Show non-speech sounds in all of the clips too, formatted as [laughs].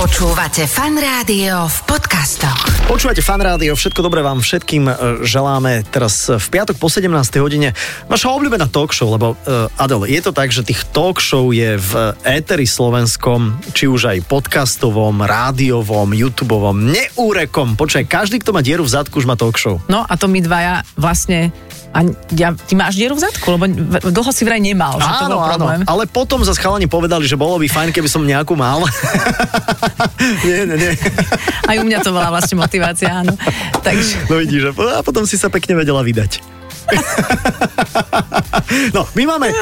Počúvate fan rádio v podcastoch. Počúvate fan rádio, všetko dobré vám všetkým e, želáme teraz e, v piatok po 17. hodine. Vaša obľúbená talk show, lebo e, Adel, je to tak, že tých talk show je v e, éteri slovenskom, či už aj podcastovom, rádiovom, youtubeovom, neúrekom. Počkaj, každý, kto má dieru v zadku, už má talk show. No a to my dvaja vlastne... A ja, ty máš dieru v zadku, lebo v- dlho si vraj nemal, že to bol problém. ale potom za chalani povedali, že bolo by fajn, keby som nejakú mal. [laughs] nie, nie, nie. Aj u mňa to bola vlastne motivácia, áno. Takže No vidíš, a po- a potom si sa pekne vedela vydať. [laughs] No, my máme e,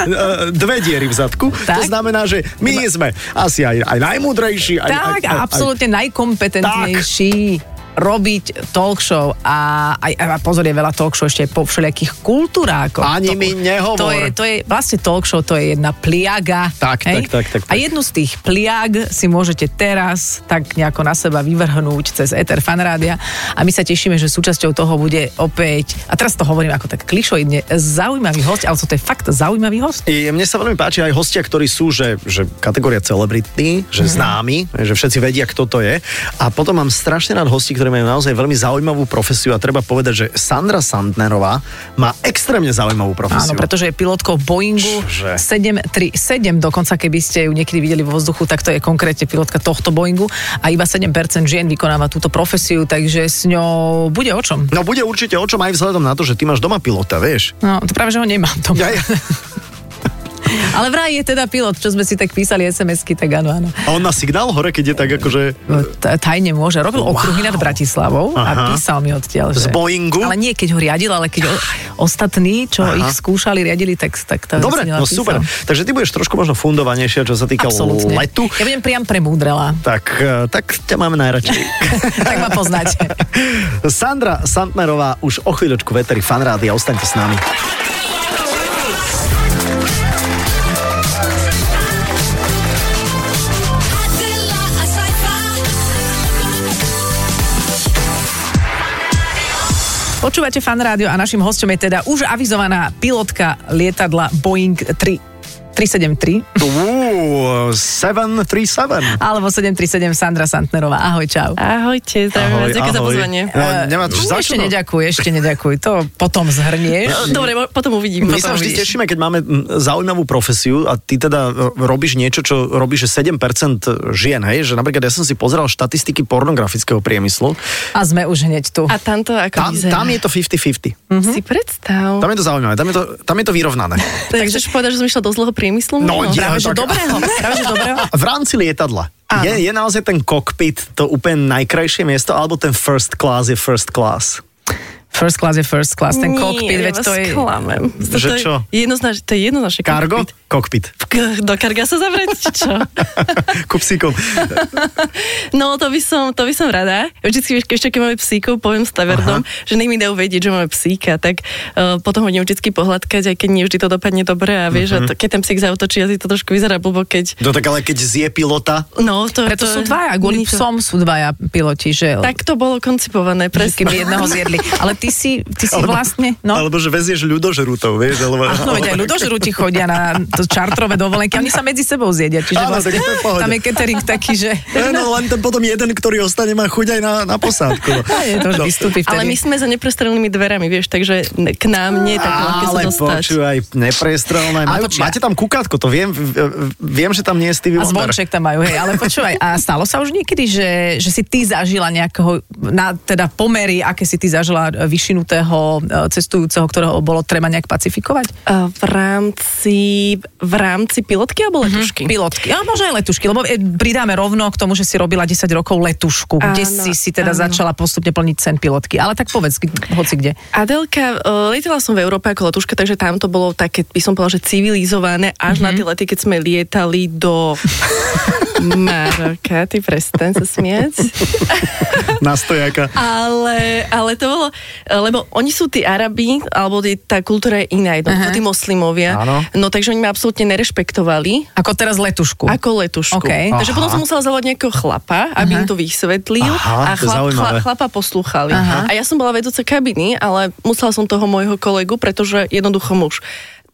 dve diery v zadku, to Tak. znamená, že my sme asi aj, aj najmúdrejší. Aj, aj, tak, aj, a absolútne najkompetentnejší robiť talk show a, aj, a pozor, je veľa talk show ešte aj po všelijakých kultúrákoch. Ani to, mi nehovor. To je, to je, vlastne talk show to je jedna pliaga. Tak, tak, tak, tak, tak. A jednu z tých pliag si môžete teraz tak nejako na seba vyvrhnúť cez Ether Fanrádia a my sa tešíme, že súčasťou toho bude opäť, a teraz to hovorím ako tak klišoidne, zaujímavý host, ale to je fakt zaujímavý host. I mne sa veľmi páči aj hostia, ktorí sú, že, že kategória celebrity, Mhm. že známi, že všetci vedia, kto to je. A potom mám strašne rád hostí, ktorí majú naozaj veľmi zaujímavú profesiu a treba povedať, že Sandra Sandnerová má extrémne zaujímavú profesiu. Áno, pretože je pilotkou Boeingu Čože? 737, dokonca keby ste ju niekedy videli vo vzduchu, tak to je konkrétne pilotka tohto Boeingu a iba 7% žien vykonáva túto profesiu, takže s ňou bude o čom. No bude určite o čom aj vzhľadom na to, že ty máš doma pilota, vieš. No, to práve, že ho nemám doma. Ja, ja. Ale vraj je teda pilot, čo sme si tak písali SMS-ky, tak áno, áno. A on na signál hore, keď je tak akože... T- Tajne môže. Robil Wow. okruhy nad Bratislavou Aha. a písal mi odtiaľ. Z Že... Boeingu? Ale nie, keď ho riadil, ale keď o... ostatní, čo Aha. ich skúšali, riadili, tak, tak to Dobre, si no napísal. super. Takže ty budeš trošku možno fundovanejšia, čo sa týka Absolútne. letu. Ja budem priam [laughs] premúdrela. Tak, e, tak ťa máme najradšej. [laughs] tak ma poznáte. Sandra Santnerová už o chvíľočku veteri fanrády a ostaňte s nami. Adela, a Počúvate fan rádio a našim hostom je teda už avizovaná pilotka lietadla Boeing 3, 373 Uú, 737. alebo 737 Sandra Santnerová. Ahoj, čau. Ahojte, zdravím vás, ďakujem za pozvanie. No, nemá čo za čo, E, hm, ešte no. neďakuj, ešte neďakuj, to potom zhrnieš. Dobre, mo- potom uvidím. My sa potom vždy uvidíš. tešíme, keď máme mm, zaujímavú profesiu a ty teda e, robíš niečo, čo robíš že 7% žien, hej? Že napríklad ja som si pozeral štatistiky pornografického priemyslu. A sme už hneď tu. A tamto ako Tam, vyzerá. Mhm. tam je to 50-50. Si predstav. Tam je to zaujímavé, tam je to, tam je to vyrovnané. Takže chceš povedať, že som išla do zlého priemyslu? No, možno? ja- práve, že tak- [laughs] dobrého, práve, že dobrého. A V rámci lietadla. Áno. Je, je naozaj ten kokpit to úplne najkrajšie miesto, alebo ten first class je first class? First class je first class, ten Nie, kokpit, ja veď vás to je... Klamem. To, Že to je čo? jednoznač- to je jednoznačne Cargo? kokpit. Kokpit. [laughs] K- Do karga sa zavrieť, či čo? Ku psíkom. No, to by som, to by som rada. Vždycky, vieš, ešte keď máme psíkov, poviem staverdom, že nech mi dajú vedieť, že máme psíka, tak uh, potom ho vždycky pohľadkať, aj keď nie vždy to dopadne dobre a Mhm. vieš, a to, keď ten psík zautočí, asi to trošku vyzerá blbo, keď... No tak ale keď zje pilota, No, to, Preto to, sú dvaja, kvôli nie to- psom sú dvaja piloti, že... Tak to bolo koncipované, že presne. keby jedného zjedli. Ale ty si, ty si vlastne... no. No. alebo že vezieš ľudožrutov, vieš? Alebo, Áno, veď aj ľudožrúti chodia na to čartrové dovolenky, oni sa medzi sebou zjedia, čiže Áno, tak vlastne, to je v pohode. tam je catering taký, že No, len ten potom jeden, ktorý ostane, má chuť aj na, na posádku. No. je to už vystúpi vtedy. Ale my sme za neprestrelnými dverami, vieš, takže n- k nám nie je tak ľahké sa Ale dostať. Eh, počúvaj, neprestrelné. Majú, počúvaj. máte tam kukátko, to viem, v- viem, že tam nie je Stevie a Wonder. zvonček tam majú, hej, ale počúvaj, a stalo sa už niekedy, že, že si ty zažila nejakého, na teda pomery, aké si ty zažila e, vyšinutého e, cestujúceho, ktorého bolo treba nejak pacifikovať? A V rámci, v rámci pilotky Mhm. alebo letušky? Pilotky, ale možno aj letušky, lebo e, pridáme rovno k tomu, že si robila 10 rokov letušku, kde Áno, si si teda áno. začala postupne plniť sen pilotky, ale tak povedz, k- hoci kde. Adelka, eh, letela som v Európe ako letuška, takže tam to bolo také, by som povedala, že civilizované až Mhm. mm-hmm. na tie lety, keď sme lietali do [laughs] Maroka. Ty prestaň sa smiať. [laughs] Na stojaka. Ale, ale to bolo, eh, lebo oni sú tí Arabi, alebo tí, tá kultúra je iná, jednoducho, tí moslimovia. Mhm. Áno. No takže oni ma absolútne nerešpektovali. Ako teraz letušku. Ako letušku. Okej. Takže potom som musela zavolať nejakého chlapa, aby im to vysvetlil Aha, a to je zaujímavé. chlapa poslúchali. Aha. A ja som bola vedúca kabiny, ale musela som toho môjho kolegu, pretože jednoducho muž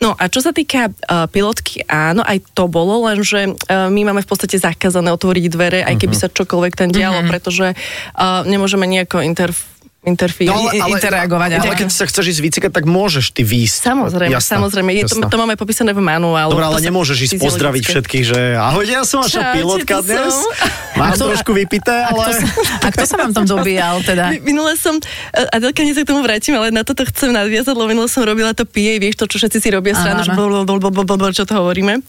No a čo sa týka uh, pilotky, áno, aj to bolo, lenže uh, my máme v podstate zakázané otvoriť dvere, Mhm. aj keby sa čokoľvek tam dialo, pretože uh, nemôžeme nejako interf- interfí- ale- interagovať, No, Ale, áno. ale keď sa chceš ísť vycikať, tak môžeš ty výjsť. Samozrejme, Jasná, samozrejme. Je to, jasná. to máme popísané v manuálu. Dobre, To ale sa- nemôžeš ísť fyziologické. pozdraviť všetkých, že ahojte, ja som vaša Čaute, pilotka tu dnes. som. Mám trošku vypité, To ale... sa, a kto sa vám tam dobíjal teda? Mi- Minule som, a Adelka, nie sa k tomu vrátim, ale na toto chcem nadviazať, lebo minule som robila to PA, vieš to, čo všetci si robia Áno, srandu, že áno. bol, bol, bol, bol, bol, bol, čo to hovoríme.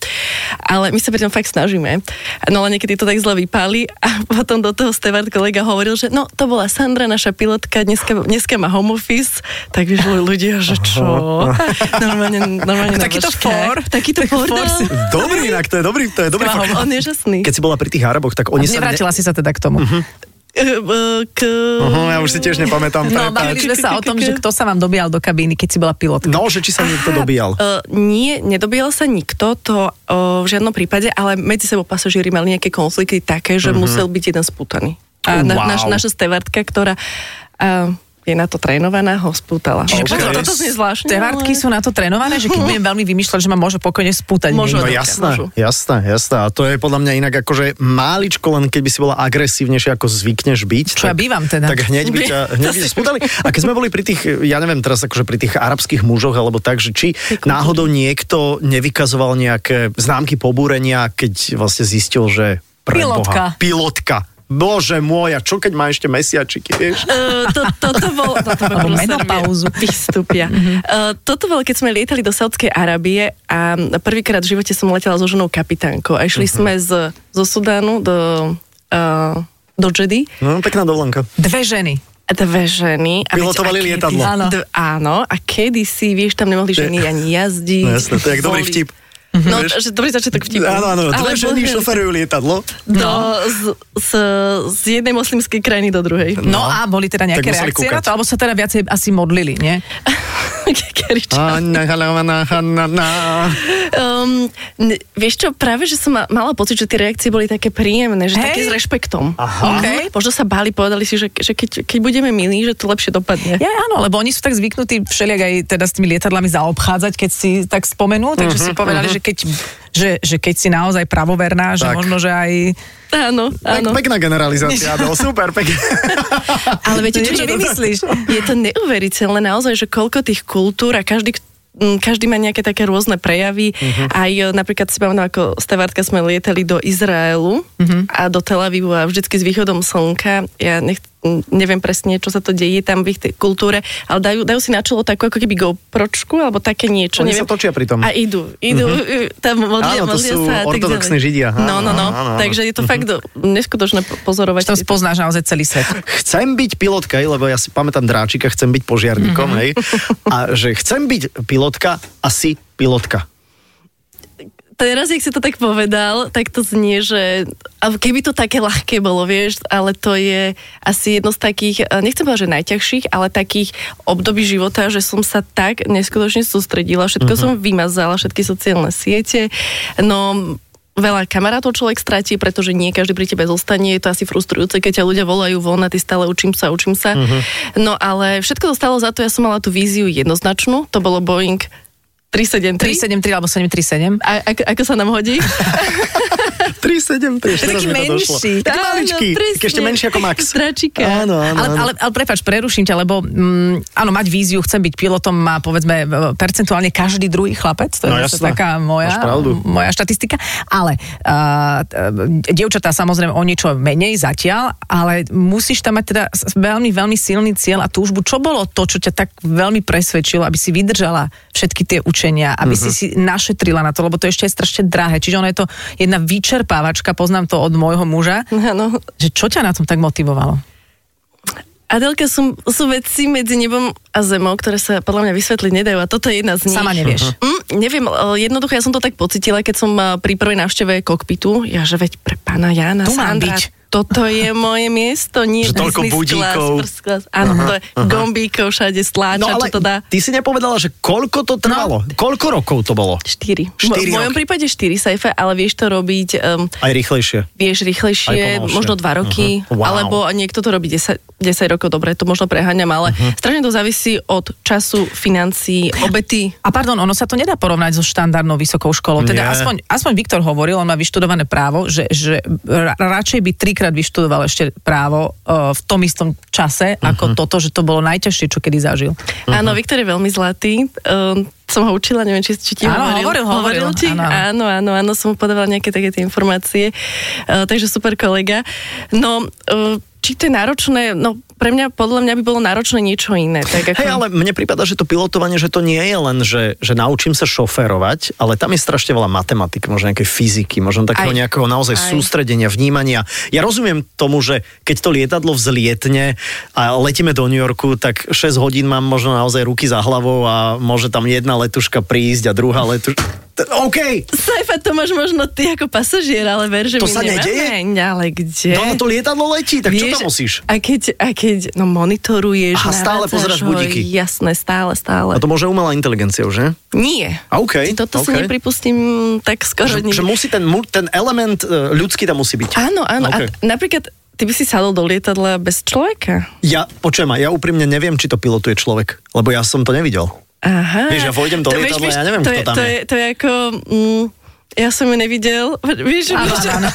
Ale my sa pri tom fakt snažíme. No ale niekedy to tak zle vypáli a potom do toho Stevard kolega hovoril, že no to bola Sandra, naša pilotka, dneska, dneska má home office, tak vieš ľudia, že čo? Normálne, normálne na Takýto vrškách. fór. Takýto Taký fór. fór dal. si- Dobrý, inak to je dobrý, to je dobrý fakt. On je žasný. Keď si bola pri tých Araboch, tak oni sa... Nevrátila si sa teda k tomu. E, K... Aha, ja už si tiež nepamätám. prepáč. No, bavili sme sa o tom, že kto sa vám dobíjal do kabíny, keď si bola pilotka. No, že či sa niekto dobíjal. Uh, nie, nedobíjal sa nikto, to uh, v žiadnom prípade, ale medzi sebou pasažieri mali nejaké konflikty také, že musel byť jeden spútaný. A Mhm. na, Wow. naš, naša stevartka, ktorá uh, je na to trénovaná, ho spútala. Čiže Čiže počkaj, toto znie zvláštne. Stevardky sú na to trénované, že keď budem veľmi vymýšľať, že ma môže pokojne spútať. niekto. Môžu. No dobre, jasné, môžu. jasné, jasné. A to je podľa mňa inak akože máličko, len keď by si bola agresívnejšia, ako zvykneš byť. Čo ja bývam teda. Tak hneď by ťa hneď [laughs] by ťa spútali. A keď sme boli pri tých, ja neviem teraz akože pri tých arabských mužoch, alebo tak, že či náhodou niekto nevykazoval nejaké známky pobúrenia, keď vlastne zistil, že pre Boha, Pilotka. pilotka. Bože môj, a čo keď má ešte mesiačiky, vieš? Uh, to, toto [laughs] bol... Toto Alebo bol kurz menopauzu. Mhm. Serbie. [laughs] Vystúpia. Uh, toto bolo, keď sme lietali do Saudskej Arábie a prvýkrát v živote som letela so ženou kapitánkou Mhm. a išli sme z, zo Sudánu do, uh, do Jedy No, pekná dovolenka. Dve ženy. dve ženy. A Pilotovali viete, a kedy- lietadlo. Áno. D- áno, a kedysi, vieš, tam nemohli ženy ani jazdiť. No jasné, to je jak dobrý boli- vtip. No, Vieš? že dobrý začiatok vtipu. Áno, áno, dve Ale ženy bol- šoferujú lietadlo. do, No. z, z, z jednej moslimskej krajiny do druhej. [laughs] No, No. a boli teda nejaké Tak museli reakcie kúkať. na to, alebo sa teda viacej asi modlili, nie? Keriča. Anna, Halavana, Hanna, na. Um, n- vieš čo, práve, že som ma- mala pocit, že tie reakcie boli také príjemné, že Hej. také s rešpektom. Aha. Okej. Mhm. Možno sa báli, povedali si, že, že keď, keď budeme milí, že to lepšie dopadne. Ja áno, lebo oni sú tak zvyknutí všeliak aj teda s tými lietadlami zaobchádzať, keď si tak spomenú, takže si povedali, že, keď, že, že keď si naozaj pravoverná, že Tak. možno, že aj... Áno, Tak, áno. pekná generalizácia, Adel, super, pekná. Ale viete, To čo niečo je- vymyslíš. Je to neuveriteľné naozaj, že koľko tých kultúr a každý k- m, každý má nejaké také rôzne prejavy. Mhm. Uh-huh. Aj e, napríklad si pamätám, ako Stevartka sme lietali do Izraelu uh-huh. Mhm. a do Tel Avivu a vždycky s východom slnka. Ja nech, m, neviem presne, čo sa to deje tam v ich tej kultúre, ale dajú, dajú si na čelo takú ako keby GoPročku alebo také niečo. Oni neviem. sa točia pri tom. Mhm. A idú, idú, uh-huh. tam modlia, Áno, to modlia sú sa. a tak ortodoxní ďalej. Židia. No, Áno, no, no. áno, áno. Takže je to fakt do- neskutočné po- Že pozorovať. to tieto- spoznáš naozaj celý svet. chcem byť pilotka, hej, lebo ja si pamätám dráčika, chcem byť požiarníkom, hej. A že chcem byť pilotka, asi pilotka. Teraz, jak si to tak povedal, tak to znie, že a keby to také ľahké bolo, vieš, ale to je asi jedno z takých, eh, nechcem povedať, že najťažších, ale takých období života, že som sa tak neskutočne sústredila, všetko som vymazala, všetky sociálne siete, no veľa kamarátov človek stratí, pretože nie každý pri tebe zostane, je to asi frustrujúce, keď ťa ľudia volajú von a ty stále učím sa, učím sa. No ale všetko to stalo za to, ja som mala tú víziu jednoznačnú, to bolo Boeing 373. 373 alebo 737. A, ako, ako sa nám hodí? 3, 7, 3, teraz mi to Taký došlo. menší. Taký Áno, maličký, presne. taký ešte menší ako Max. Stračíka. Áno, áno, Ale, áno. ale, ale prepač, preruším ťa, lebo mm, áno, mať víziu, chcem byť pilotom, má povedzme e, percentuálne každý druhý chlapec, to je No zase jasné, taká moja, máš pravdu. moja štatistika, ale uh, dievčatá samozrejme o niečo menej zatiaľ, ale musíš tam mať teda s- veľmi, veľmi silný cieľ a túžbu. Čo bolo to, čo ťa tak veľmi presvedčilo, aby si vydržala všetky tie učenia, aby Mhm. si si našetrila na to, lebo to je ešte je strašne drahé, čiže ono je to jedna vyčerpávačka, poznám to od môjho muža, Mhm. Áno. že čo ťa na tom tak motivovalo? Adelka, sú, sú veci medzi nebom a zemou, ktoré sa podľa mňa vysvetliť nedajú a toto je jedna z nich. Sama nevieš. Mm, neviem, e, jednoducho ja som to tak pocitila, keď som e, pri prvej návšteve kokpitu, ja že veď pre pána Jana Tu mám Sandra, byť. toto je [laughs] moje miesto, nie Že toľko business class, budíkov. first class. Áno, to je gombíkov všade, No sláča, ale čo to dá. ty si nepovedala, že koľko to trvalo? Koľko rokov to bolo? 4. Štyri v mojom roky. prípade 4 sajfe, ale vieš to robiť um, Aj rýchlejšie. vieš Aj rýchlejšie, pomalšie. možno dva roky, Mhm. Wow. alebo niekto to robí 10, 10 rokov, dobre, to možno preháňam, Mhm. ale uh-huh. strašne to závisí od času, financií, obety. A pardon, ono sa to nedá porovnať so štandardnou vysokou školou. Teda Nie. aspoň, aspoň Viktor hovoril, on má vyštudované právo, že, že ra- radšej by trikrát vyštudoval ešte právo uh, v tom istom čase, Mhm. ako toto, že to bolo najťažšie, čo kedy zažil. Uh-huh. Áno, Viktor je veľmi zlatý. Um, som ho učila, neviem, či, či ti Áno, hovoril, hovoril. hovoril. ti? Áno, Áno, áno. áno, áno, áno, som mu podávala nejaké také tie informácie. Uh, takže super kolega. No, uh, či to je náročné? No, pre mňa, podľa mňa by bolo náročné niečo iné. Tak ako... Hej, ale mne prípada, že to pilotovanie, že to nie je len, že, že naučím sa šoferovať, ale tam je strašne veľa matematiky, možno nejakej fyziky, možno takého Aj. nejakého naozaj Aj. sústredenia, vnímania. Ja rozumiem tomu, že keď to lietadlo vzlietne a letíme do New Yorku, tak 6 hodín mám možno naozaj ruky za hlavou a môže tam jedna letuška prísť a druhá letuška... OK, Sajfa, to máš možno ty ako pasažier, ale ver, že To my sa nemáme. nedeje? Ne, ale kde? no na to lietadlo letí, tak čo tam musíš? A keď, a keď no monitoruješ, Aha, stále navádzaš pozeráš ho, budíky. Jasné, stále, A stále. to môže umelá inteligencia už, ne? Nie. A okej, Ty toto si okej. nepripustím tak skoro Že, nikdy. že musí ten, mu- ten element e, ľudský tam musí byť. Áno, áno. OK. Okay. A t- napríklad, ty by si sadol do lietadla bez človeka? Ja, počujem, ma, ja úprimne neviem, či to pilotuje človek, lebo ja som to nevidel. Aha. Vieš, ja vojdem do To lietadla, ja neviem, to kto je, tam to je. je. To je ako... Mm, ja som ju nevidel. Vieš, Áno, vieš, áno.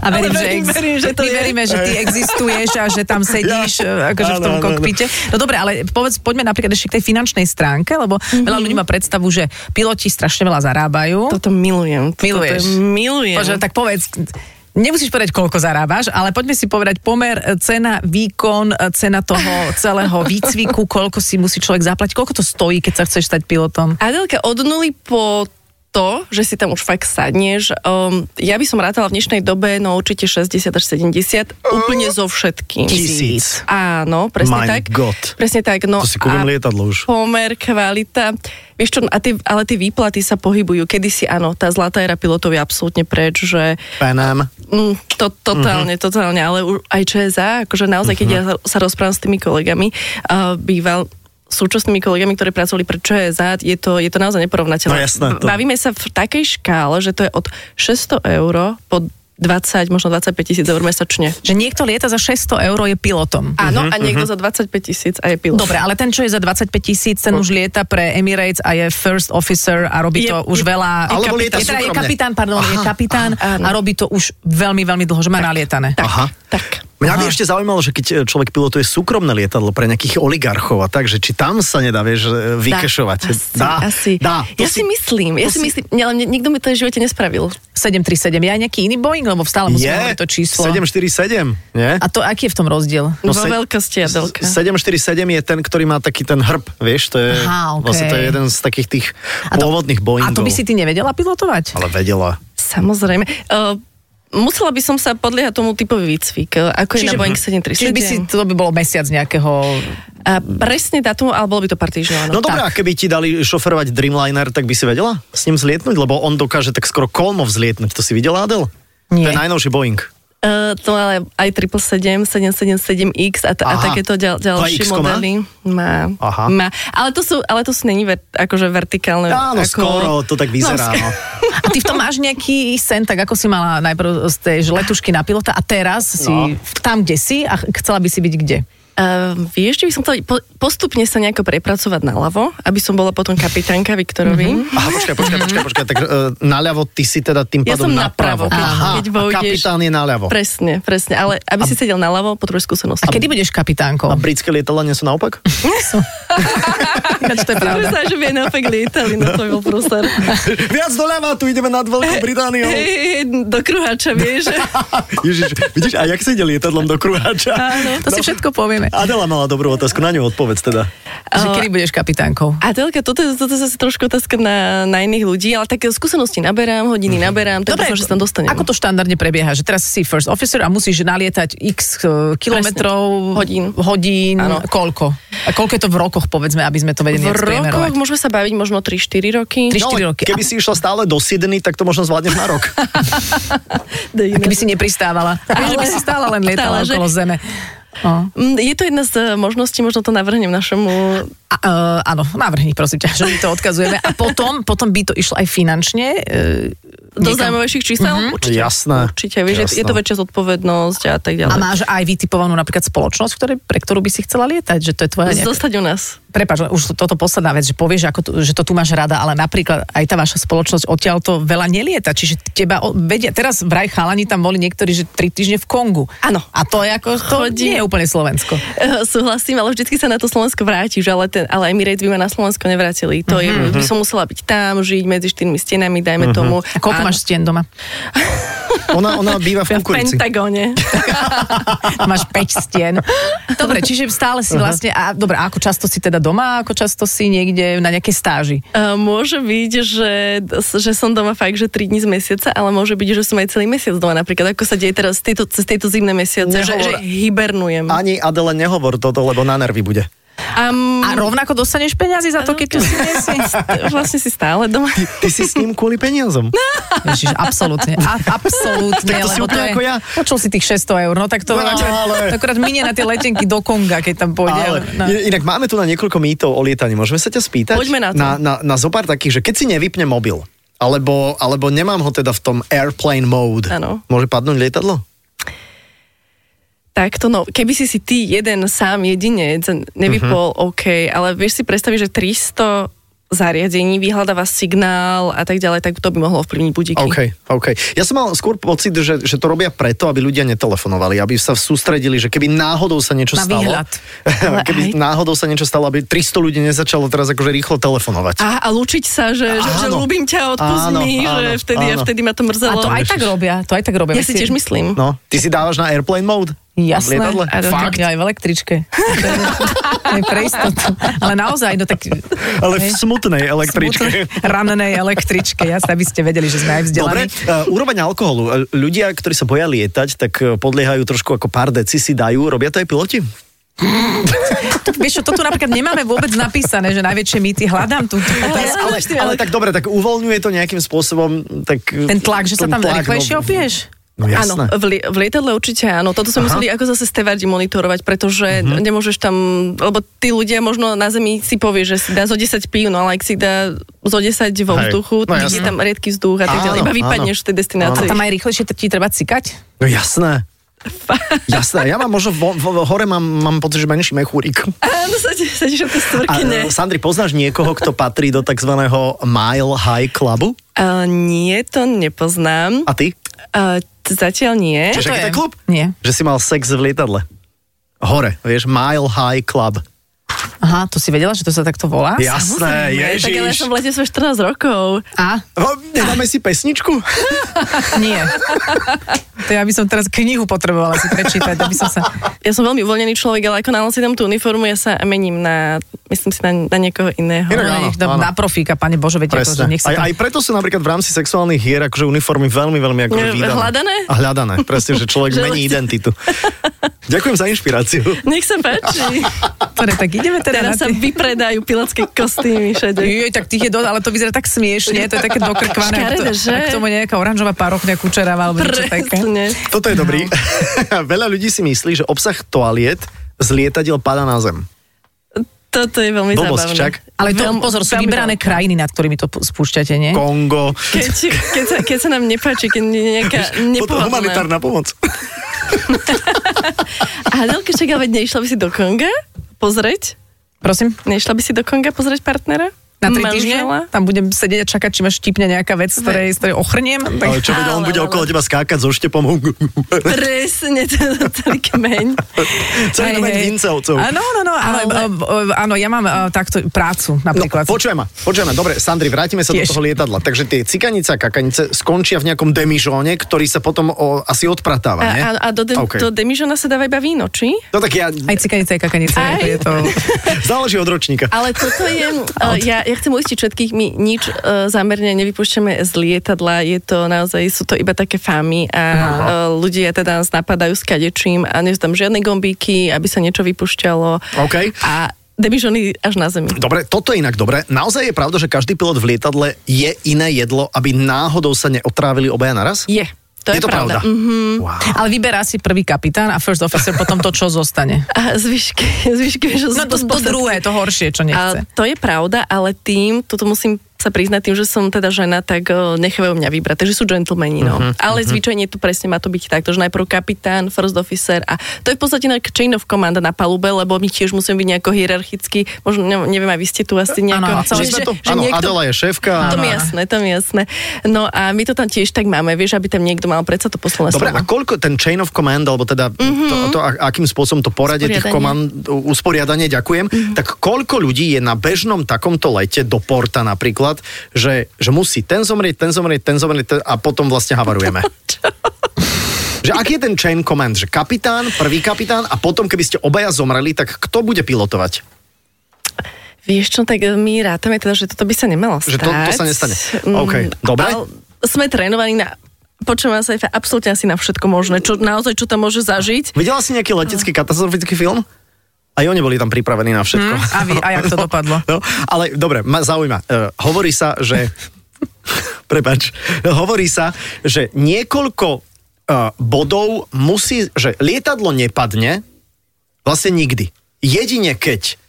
A verím, Ale že, verím, ex- verím, že to my je. veríme, že ty existuješ a že tam sedíš ja. akože v áno, tom áno, kokpite. No dobre, ale povedz, poďme napríklad ešte k tej finančnej stránke, lebo mm-hmm. Mhm. veľa ľudí má predstavu, že piloti strašne veľa zarábajú. Toto milujem. Toto Miluješ. je- Milujem. Bože, tak povedz, nemusíš povedať, koľko zarábaš, ale poďme si povedať pomer, e, cena, výkon, e, cena [laughs] toho celého výcviku, koľko si musí človek zaplatiť, koľko to stojí, keď sa chceš stať pilotom. Adelka, od nuly po to, že si tam už fakt sadneš, um, ja by som rátala v dnešnej dobe, no určite 60 až 70, úplne so všetkým. Tisíc. Áno, My presne tak. God. Presne tak, no To si kúpim a lietadlo už. Pomer, kvalita, vieš čo, a tie, ale tie výplaty sa pohybujú. Kedysi áno, tá zlatá era pilotov je absolútne preč, že Panam. Mm, to, totálne, Mhm. mm-hmm. totálne, ale u- aj ČSA, akože naozaj, keď mm-hmm. ja sa rozprávam s tými kolegami, uh, býval súčasnými kolegami, ktorí pracovali pre ČSA, je to, je to naozaj neporovnateľné. No jasné, to- B- Bavíme sa v takej škále, že to je od 600 eur po 20, možno 25 tisíc eur mesačne. Že niekto lieta za 600 eur je pilotom. Áno, Mhm, a niekto za 25 tisíc a je pilot. Dobre, ale ten, čo je za 25 tisíc, ten už lieta pre Emirates a je first officer a robí Je- to už veľa... Alebo je lieta kapitán, je, teda je súkromne. kapitán, pardon, je kapitán áno. a robí to už veľmi, veľmi dlho, že má nalietané. Tak, Aha. tak. Mňa by ešte zaujímalo, že keď e, človek pilotuje súkromné lietadlo pre nejakých oligarchov a tak, že či tam sa nedá, vieš, e, vykešovať. Asi, asi. dá. To ja si myslím, ja to si myslím, ne, ale mne- nikto mi to v živote nespravil. 737, je aj nejaký iný Boeing, lebo stále musíme je hovoriť to číslo. 747, nie? A to, aký je v tom rozdiel? No, se- Vo veľkosti a s- veľká. 747 je ten, ktorý má taký ten hrb, vieš, to je, Aha, okej. vlastne to je jeden z takých tých to- pôvodných Boeingov. A to by si ty nevedela pilotovať? Ale vedela. Samozrejme. Uh, musela by som sa podliehať tomu typový výcvik, eh, ako je na Boeing 737. Čiže by si, to by bolo mesiac nejakého... a presne dátum, ale bolo by to partýžované. No dobré, a keby ti dali šoferovať Dreamliner, tak by si vedela s ním zlietnúť? Lebo on dokáže tak skoro kolmo vzlietnúť. To si videla, Adel? Nie. To je najnovší Boeing. Uh, to ale aj 777, 777X a, t- Aha. a takéto To ďal, ďalšie X-ko má? modely. Má. Aha. má. Ale to sú, ale to sú není ver, akože vertikálne. Áno, ako... skoro to tak vyzerá. No, No, A ty v tom máš nejaký sen, tak ako si mala najprv z tej že letušky na pilota a teraz si No. tam, kde si a chcela by si byť kde? [laughs] Uh, vieš, že by som chcela po, postupne sa nejako prepracovať na lavo, aby som bola potom kapitánka Viktorovi. Mm-hmm. Aha, počkaj, počkaj, počkaj, počkaj. Tak e, naľavo ty si teda tým Ja pádom som napravo. napravo, keď, Aha, keď vojdeš. a kapitán je naľavo. Presne, presne, ale aby si sedel naľavo, potrebuješ A skúsenosti. kedy budeš kapitánkou? A No. britské lietadla nie sú [laughs] naopak? Ináč to je pravda. Pravda. že by aj naopak lietali, no to by bol prúser. Viac doľava, tu ideme nad Veľkou Britániou. Hej, hej, do kruhača, vieš. [laughs] Ježiš, vidíš, a jak sa ide lietadlom do kruháča? No, To si všetko povieme. Adela mala dobrú otázku, na ňu odpovedz teda. Že kedy budeš kapitánkou? Adelka, toto, je- toto je zase trošku otázka na, na iných ľudí, ale také skúsenosti naberám, hodiny naberám, tak dúfam, že sa tam dostanem. Mhm. ako to štandardne prebieha? Že teraz si first officer a musíš nalietať x e, kilometrov, Hodín. hodín Áno. koľko? A koľko je to v rokoch, povedzme, aby sme to vedeli v nejak rokoch spriemerovať? môžeme sa baviť možno 3-4 roky. 3-4 No, ale roky. Keby si išla stále do Sydney, tak to možno zvládneš na rok. A keby si nepristávala. Ale... Že by si stále len lietala No. Stále, že- okolo zeme. O. eh, Mm, Je to jedna z e, možností, možno to navrhnem našemu A, uh, áno, navrhni prosím ťa, že my to odkazujeme. A potom, potom by to išlo aj finančne. Uh, Do zaujímavejších čísel? Mhm. Mm-hmm. Určite. Jasné. Určite, vieš, Jasné. Jasné. je to väčšia zodpovednosť a tak A ďalej. máš aj vytipovanú napríklad spoločnosť, ktoré, pre ktorú by si chcela lietať, že to je tvoja nejaká... Zostať u nás. Prepač, len už toto posledná vec, že povieš, ako tu, že to tu máš rada, ale napríklad aj tá vaša spoločnosť odtiaľ to veľa nelieta, čiže teba o- vedia, teraz vraj chalani tam boli niektorí, že tri týždne v Kongu. Áno. A to je ako, to Chodí- nie je úplne Slovensko. Eh, [laughs] Súhlasím, ale vždycky sa na to Slovensko vrátiš, ale, ten, ale Emirates by ma na Slovensko nevrátili. Mhm. To je, by som musela byť tam, žiť medzi štyrmi stenami, dajme tomu. A koľko Áno. máš stien doma? Ona, ona býva [laughs] v Ja v kukurici. [laughs] Pentagóne. máš 5 stien. Dobre, čiže stále si vlastne, a dobre, a ako často si teda doma, a ako často si niekde na nejakej stáži? Eh, Môže byť, že, že som doma fakt, že 3 dní z mesiaca, ale môže byť, že som aj celý mesiac doma napríklad, ako sa deje teraz tieto, cez tieto zimné mesiace, že, že Nehovor. hibernujem. Ani Adele nehovor toto, lebo na nervy bude. Um, A Mm. rovnako dostaneš peniazy za to, keď tu si nie si? vlastne si stále doma. Ty si s ním kvôli peniazom. No, Ježiš, absolútne, a, absolútne. Tak to si lebo úplne je- ako ja. Počul si tých 600 eur, no tak to, No, no, akurát, ale- to akurát minie na tie letenky do Konga, keď tam pôjde. Ale no. i- inak máme tu na niekoľko mýtov o lietaní. Môžeme sa ťa spýtať? Poďme na to. Na, na, na zopár takých, že keď si nevypne mobil, alebo, alebo nemám ho teda v tom airplane mode, Áno. môže padnúť lietadlo? Tak to no, keby si si ty jeden sám jedinec nevypol, Mhm. uh-huh. OK, ale vieš si predstaviť, že 300 zariadení vyhľadáva signál a tak ďalej, tak to by mohlo ovplyvniť budíky. OK, OK. Ja som mal skôr pocit, že, že to robia preto, aby ľudia netelefonovali, aby sa sústredili, že keby náhodou sa niečo Na stalo, výhľad. Ale [laughs] keby aj. náhodou sa niečo stalo, aby 300 ľudí nezačalo teraz akože rýchlo telefonovať. A, a lúčiť sa, že, že, že Áno. ľúbim ťa, odpust Áno, mi, áno, že vtedy, áno. a vtedy ma to A mrzelo. to aj tak robia, to aj tak robia. Ja si tiež myslím. No, ty si dávaš na airplane mode? V Jasné. lietadle? A do- Fakt? Ja aj v električke. Aj pre istotu. Ale naozaj, no tak... Ale v hej, smutnej [laughs] električke. smutnej Ranenej električke, jasne, aby ste vedeli, že sme aj vzdelaní. Dobre, uh, úroveň alkoholu. Eh, Ľudia, ktorí sa boja lietať, tak eh, podliehajú trošku ako pár deci si dajú. Robia to aj piloti? To, vieš čo, to tu napríklad nemáme vôbec napísané, že najväčšie mýty, hľadám tu. Ale, ale tak dobre, tak uvoľňuje to nejakým spôsobom. Tak, Ten tlak, že sa ten tam tlak, rýchlejšie no, opieš. No jasné. Áno, v, li- v lietadle určite áno. Toto Aha. sme Mhm. museli ako zase stevardi monitorovať, pretože uh-huh. nemôžeš tam, lebo tí ľudia možno na zemi si povie, že si dá zo 10 pív, no ale ak si dá zo 10 vo Hej. vzduchu, No tak je jasné. tam riedky vzduch a tak ďalej. Áno, Iba vypadneš áno. z tej A destinácie. tam aj rýchlejšie ti treba cikať? No [laughs] jasné. Jasné, ja mám možno vo, vo, vo hore mám, mám pocit, že menší mechúrik. Áno, sa ti, sa ti že to A, stvrkne. eh, Sandri, poznáš niekoho, kto patrí do tzv. Mile High Clubu? A nie, to nepoznám. A ty? A, t- zatiaľ nie. Čiže to aký to je? je klub? Nie. Že si mal sex v lietadle. Hore, vieš, Mile High Club. Aha, to si vedela, že to sa takto volá? Jasné, Samozrejme, Tak ale ja ježiš. som v lete svoj 14 rokov. A? No, Nedáme si pesničku? Nie. To ja by som teraz knihu potrebovala si prečítať, aby som sa... Ja som veľmi uvoľnený človek, ale ako náhle si dám tú uniformu, ja sa mením na, myslím si, na, na niekoho iného. Inak áno, No, nech dám áno. na profíka, pane Bože, viete, ako, Presne. že nech sa tam... Aj, aj preto sú napríklad v rámci sexuálnych hier akože uniformy veľmi, veľmi akože Ne, výdané. hľadané? A hľadané, presne, že [laughs] človek Že mení vlastne- leci- identitu. Ďakujem za inšpiráciu. Nech sa [laughs] páči. Dobre, tak ideme teda Teraz na sa tie... vypredajú pilotské kostýmy všade. Joj, tak tých je dosť, ale to vyzerá tak smiešne, to je také dokrkvané. ak to- Škaredé, že? ak k tomu nejaká oranžová parochňa kučeravá, alebo niečo také. Presne. Toto je dobrý. [laughs] Veľa ľudí si myslí, že obsah toaliet z lietadiel pada na zem. Toto je veľmi Blbosť zábavné. však. Ale to, Veľmi- pozor, sú veľmi vybrané zábavné. krajiny, nad ktorými to p- spúšťate, nie? Kongo. Keď, keď, sa, keď sa nám nepáči, keď nie je nejaká Potom nepohodlná. humanitárna [laughs] pomoc. A Adelka, však ale veď neišla by si do Konga pozrieť? Prosím? Nešla by si do Konga pozrieť partnera? Na tri Manžela? týždne? Tam budem sedieť a čakať, či ma štípne nejaká vec, z ktorej, z ktorej ochrniem. Tak... Ale čo vedel, on Ale, bude ale. okolo teba skákať so štepom. [laughs] Presne, to- celý kmeň. Celý Hej, kmeň hej. Vincovcov. Áno, no, no, ale, o, Ale- o, áno, ja mám uh, takto prácu No, napríklad. počujem ma, počujem ma. Dobre, Sandri, vrátime sa Tiež. do toho lietadla. Takže tie cikanice a kakanice skončia v nejakom demižóne, ktorý sa potom o, asi odpratáva, A, [laughs] nie? a, a do, de, OK. okay. do Demižona sa dáva iba víno, či? No tak ja... Aj cikanice, aj kakanice, to Aj. je to... [laughs] Záleží od ročníka. Ale [laughs] toto je, uh, ja, ja chcem uistiť všetkých, my nič uh, zámerne nevypúšťame z lietadla, je to naozaj, sú to iba také fámy a uh, ľudia teda nás napadajú s kadečím a nie sú tam žiadne gombíky, aby sa niečo vypúšťalo. OK. A demižony až na zemi. Dobre, toto je inak dobre. Naozaj je pravda, že každý pilot v lietadle je iné jedlo, aby náhodou sa neotrávili obaja naraz? Je. To je to pravda. Mhm. Wow. Ale vyberá si prvý kapitán a first officer potom to, čo zostane. A [laughs] zvyšky, zvyšky, že No sú to, to posledky. druhé, to horšie, čo A nechce. to je pravda, ale tým, toto musím sa priznať tým, že som teda žena, tak o, nechávajú mňa vybrať. Takže sú džentlmeni, no. Mhm, Uh-huh, ale uh-huh. zvyčajne to presne má to byť takto, že najprv kapitán, first officer a to je v podstate inak chain of command na palube, lebo my tiež musíme byť nejako hierarchicky, možno ne- neviem, aj vy ste tu asi nejako... Áno, áno, že, celý My sme že, to, že áno, niekto Adela je šéfka. to mi áno. jasné, to mi jasné. No a my to tam tiež tak máme, vieš, aby tam niekto mal predsa to posledné Dobre, a slovo. koľko ten chain of command, alebo teda mm-hmm. to, to, a- akým spôsobom to poradie tých Usporiadanie. komand, usporiadanie, ďakujem, mm-hmm. tak koľko ľudí je na bežnom takomto lete do porta napríklad, že, že musí ten zomrieť, ten zomrieť, ten zomrieť ten, a potom vlastne havarujeme? že aký je ten chain command? Že kapitán, prvý kapitán a potom, keby ste obaja zomreli, tak kto bude pilotovať? Vieš čo, tak my rátame teda, že toto by sa nemalo stať. Že to- to sa nestane. Mm, OK, dobre. ale Sme trénovaní na počujem sa aj absolútne asi na všetko možné. Čo, naozaj, čo tam môže zažiť. Videla si nejaký letecký katastrofický film? Aj oni boli tam pripravení na všetko. Hm? A vy, a jak to dopadlo? No, ale dobre, ma zaujíma. Uh, hovorí sa, že... Prepač. Hovorí sa, že niekoľko uh, bodov musí... Že lietadlo nepadne vlastne nikdy. Jedine keď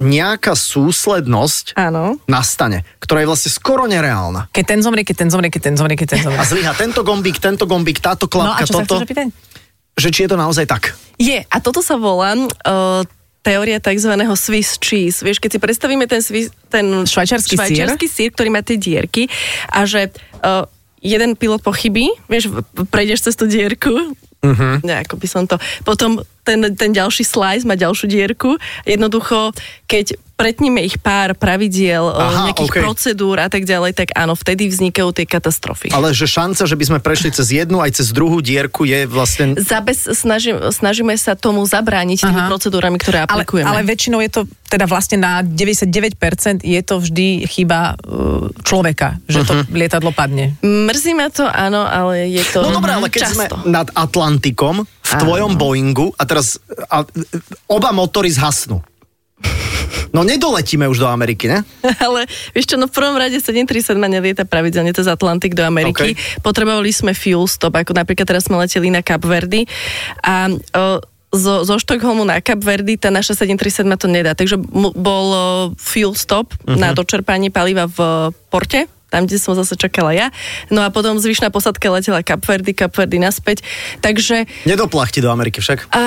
nejaká súslednosť Áno. nastane, ktorá je vlastne skoro nereálna. Keď ten zomrie, keď ten zomrie, keď ten zomrie, keď ten A zomrie. zlyha tento gombík, tento gombík, táto No a klapka, čo sa toto. chceš opýtať? Že či je to naozaj tak. Je, a toto sa volá uh, teória tzv. Swiss cheese. Vieš, keď si predstavíme ten, Swiss, ten Švajčiarsky sír. švajčiarsky sír, ktorý má tie dierky a že uh, jeden pilot pochybí, vieš, v- prejdeš cez tú dierku, Mhm. uh-huh. nejako by som to... Potom ten, ten ďalší slice má ďalšiu dierku. Jednoducho, keď pretníme ich pár pravidiel, Aha, Aha, nejakých okej. okay. procedúr a tak ďalej, tak áno, vtedy vznikajú tie katastrofy. Ale že šanca, že by sme prešli cez jednu aj cez druhú dierku je vlastne Zabez, snaží, snažíme sa tomu zabrániť tými Aha. procedúrami, ktoré Ale, aplikujeme. ale väčšinou je to, teda vlastne na 99% je to vždy chyba uh, človeka, že to lietadlo padne. Mrzí ma to, áno, ale je to No dobré, ale keď často. [laughs] sme nad Atlantikom v tvojom Boeingu a teraz a, oba motory zhasnú. No nedoletíme už do Ameriky, ne? Ale vieš čo, no v prvom rade 737 nelieta pravidelne cez Atlantik do Ameriky. Okay. Potrebovali sme fuel stop, ako napríklad teraz sme leteli na Cap Verdy a o, zo, zo Štokholmu na Cap Verdy tá naša 737 to nedá. Takže mu- bol o, fuel stop uh-huh. Mhm. na dočerpanie paliva v porte tam, kde som zase čakala ja. No a potom zvyšná posadka letela Kapverdy, Kapverdy naspäť. Takže Nedoplachti do Ameriky však. A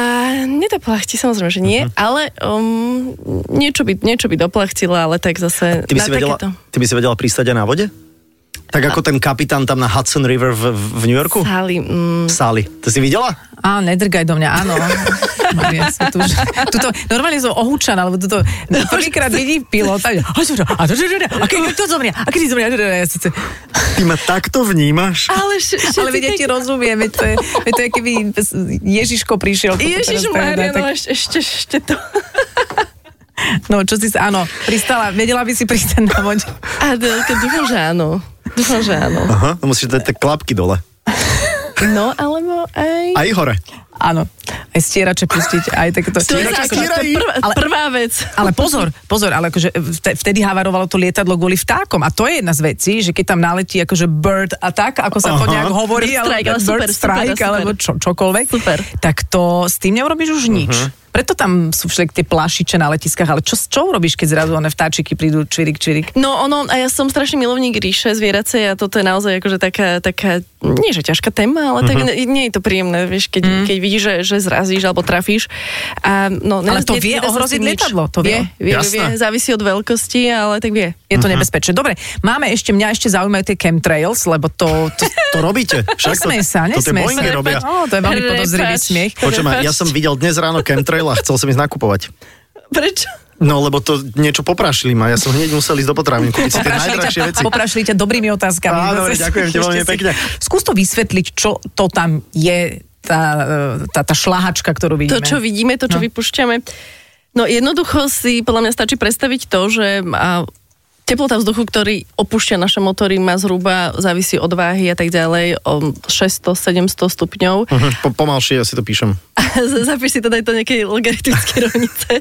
nedoplachti, samozrejme, že nie, Mhm. uh-huh. ale um, niečo, by, niečo by doplachtila, ale tak zase... Ty by, si na vedela, takéto. ty by si vedela pristať aj na vode? Tak ako ten kapitán tam na Hudson River v, v New Yorku? Sáli, mm, V sáli. To si videla? Á, nedrgaj do mňa, [laughs] áno. Maria, som tu už- Tuto, normálne som ohúčaná, lebo tuto prvýkrát vidí pilota. že- A čo to- a to- a keď kto zomrie? A kedy zomrie? A čo to- ja sice- Ty ma takto vnímaš? ale š- Ale veď ja ti rozumiem, veď to je, veď to je keby Ježiško prišiel. keď to teraz Ježiš prevedá, Mária, tak- no ešte, ešte, ešte to. No, čo si, sa- áno, pristala, vedela by si pristať na vode. Adelka, dúfam, že áno. Dúfam, že áno. Aha, no musíš dať tie klapky dole. No, alebo aj... Aj hore. Áno, aj stierače pustiť, aj takéto. To je Stierač a základ, to je stieraj. prvá, Ale- prvá vec. Ale pozor, pozor, ale akože vte- vtedy havarovalo to lietadlo kvôli vtákom a to je jedna z vecí, že keď tam naletí akože bird a tak, ako sa to Aha. nejak hovorí, Bird strike, ale bird super, super, strike, super. alebo čo, čokoľvek, Super. tak to s tým neurobíš už nič. Mhm. Preto tam sú však tie plášiče na letiskách, ale čo, čo urobíš, keď zrazu one vtáčiky prídu čvirik, čvirik? No ono, a ja som strašný milovník ríše zvieracej a toto je naozaj akože taká, taká nie že ťažká téma, ale tak Mhm. ne, nie je to príjemné, vieš, keď, keď vidíš, že, že zrazíš alebo trafíš. A, no, Ale to vie nedá sa s ohroziť tým nič. lietadlo, to vie. Vie, vie, vie, Jasné. závisí od veľkosti, ale tak vie. [laughs] Mhm. Je to nebezpečné. Dobre, máme ešte, mňa ešte zaujímajú tie chemtrails, lebo to... to To robíte. Však to, Nesmej sa, to tie nesmej Boeingy sa. [laughs] robia. No, to je veľmi podozrivý Prepač. smiech. Počujem, ja som videl dnes ráno chemtrail a chcel som ísť nakupovať. Prečo? No, lebo to niečo poprašili ma. Ja som hneď musel ísť do potravín kúpiť si tie Poprašli najdrahšie ťa, veci. poprašli ťa dobrými otázkami. Á, dobre, Zase- ďakujem ti veľmi ešte si- pekne. Skús to vysvetliť, čo to tam je, tá, e, tá, tá šlahačka, ktorú vidíme. To, čo vidíme, to, No. čo no. vypúšťame. No jednoducho si podľa mňa stačí predstaviť to, že a, teplota vzduchu, ktorý opúšťa naše motory, má zhruba, závisí od váhy a tak ďalej, o 600-700 stupňov. Mhm, Po, pomalšie, ja si to píšem. [laughs] Zapíš si to aj do nejakej [laughs] logaritmickej rovnice.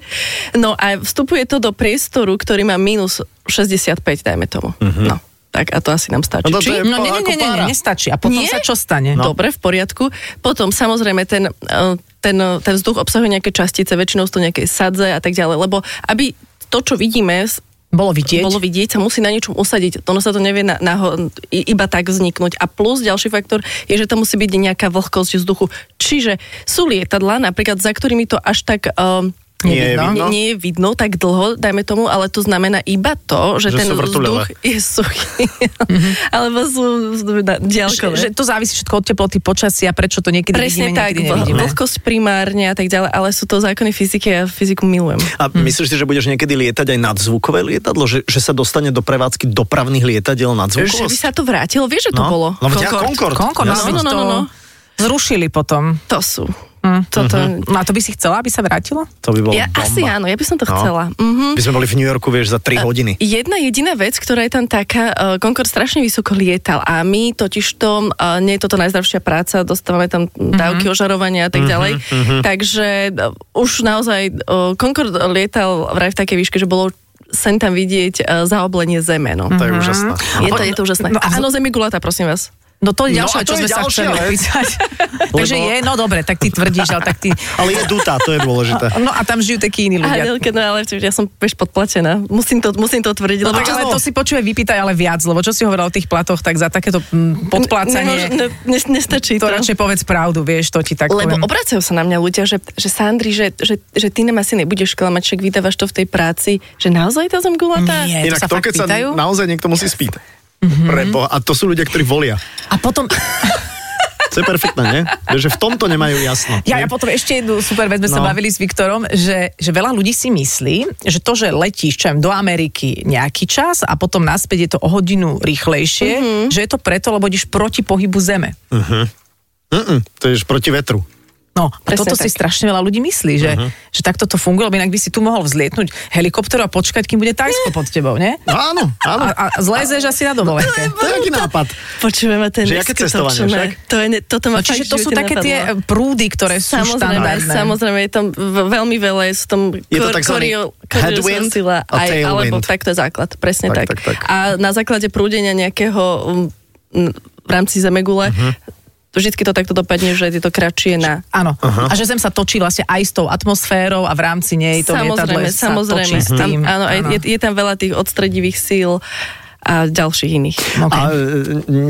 No a vstupuje to do priestoru, ktorý má minus 65, dajme tomu. No. Tak a to asi nám stačí. Mhm. No to- Či? je No po- nie, nie, ako nie, nie, pára. nie, nestačí. A potom Nie? sa čo stane? No. Dobre, v poriadku. Potom samozrejme ten, eh, ten, eh, ten vzduch obsahuje nejaké častice, väčšinou sú to nejaké sadze a tak ďalej, lebo aby to, čo vidíme, s- Bolo vidieť. bolo vidieť, sa musí na niečom usadiť. Ono sa to nevie na, na, i- iba tak vzniknúť. A plus ďalší faktor je, že tam musí byť nejaká vlhkosť vzduchu. Čiže sú lietadla, napríklad, za ktorými to až tak... Um, Nie je vidno. Nie je vidno tak dlho, dajme tomu, ale to znamená iba to, že, Že ten sú vrtuľové. vzduch je suchý. Mhm. [laughs] Alebo sú vzduch- na- ďalkové. že, že to závisí všetko od teploty počasia, prečo to niekedy Presne vidíme, tak, niekedy vl- nevidíme. vlhkosť primárne a tak ďalej, ale sú to zákony fyziky a ja fyziku milujem. A myslíš si, že budeš niekedy lietať aj nadzvukové lietadlo? Že, že sa dostane do prevádzky dopravných lietadiel Že by nadzvukovosť? sa to vrátilo, vieš, že to bolo? No, veď ja- Concorde. Konko, No, no, no, no, no, no. Zrušili potom. To sú. Toto, Mhm. No a to by si chcela, aby sa vrátilo? To by bolo ja, bomba. asi áno, ja by som to No. chcela. Mhm. By sme boli v New Yorku, vieš, za 3 hodiny. Jedna jediná vec, ktorá je tam taká, uh, Concord strašne vysoko lietal a my totiž to, uh, nie je toto najzdravšia práca, dostávame tam Mhm. dávky ožarovania a tak ďalej, takže uh, už naozaj uh, Concord lietal vraj v takej výške, že bolo sen tam vidieť uh, zaoblenie zeme, no. To je úžasné. Je to, je to Mhm. úžasné. No No, a vz- Áno, zemi gulatá, prosím vás. No to je No ďalšia, a to čo je sme sa ďalšia chceli vec. [laughs] opýtať. Takže Lebo- je, no dobre, tak ty tvrdíš, ale tak ty... [laughs] Ale je dutá, to je [laughs] dôležité. No a tam žijú takí iní Aha, ľudia. Nelke, no ale ja som vieš podplatená. Musím to, musím to tvrdiť, lebo No, ale to si počuje, vypýtaj ale viac, lebo čo si hovoril o tých platoch, tak za takéto mm, podplácanie, Nemôž- ne, ne, nestačí to to. radšej povedz pravdu, vieš, to ti tak Lebo poviem. obracajú sa na mňa ľudia, že, že Sandri, že, že, že ty nám asi nebudeš klamať, však vydávaš to v tej práci, že naozaj tá zem gulatá? Nie, to sa fakt pýtajú. naozaj niekto musí spýtať. Prebo, a to sú ľudia, ktorí volia. A potom, To je perfektné, nie? Vieš, že v tomto nemajú jasno. [laughs] Ja, nie? ja potom ešte jednu super vec sme no. sa No. bavili s Viktorom, že, že veľa ľudí si myslí, že to, že letíš čo ja viem, do Ameriky nejaký čas a potom naspäť je to o hodinu rýchlejšie, mm-hmm. Mhm. že je to preto, lebo ideš proti pohybu zeme. Mm-mm, to je proti vetru. No, a Presne toto tak. Mhm. si strašne veľa ľudí myslí, že, uh-huh. že takto to funguje, lebo inak by si tu mohol vzlietnúť helikopteru a počkať, kým bude Tajsko pod tebou, ne? No áno, áno. A, a zlezeš asi na No, dovolenke. To je aký nápad. Počujeme ten Že aké cestovanie, však? To je, ne- toto No, ma čiže fakt to sú v živote také tie eh, napadlo. prúdy, ktoré sú Samozrejme, štandardné. samozrejme, je tam v- veľmi veľa, je sú tam Je to takzvaný headwind sila, a aj, tailwind. alebo tak to je základ, presne Tak, tak, tak. tak. A na základe prúdenia nejakého um, m, v rámci zemegule, Mhm. vždycky to takto dopadne, že je to kratšie na... Áno. A že Zem sa točí vlastne aj s tou atmosférou a v rámci nej to lietadlo sa točí Samozrejme, samozrejme. s tým. Tam, áno, aj, je, je tam veľa tých odstredivých síl a ďalších iných. OK. A e,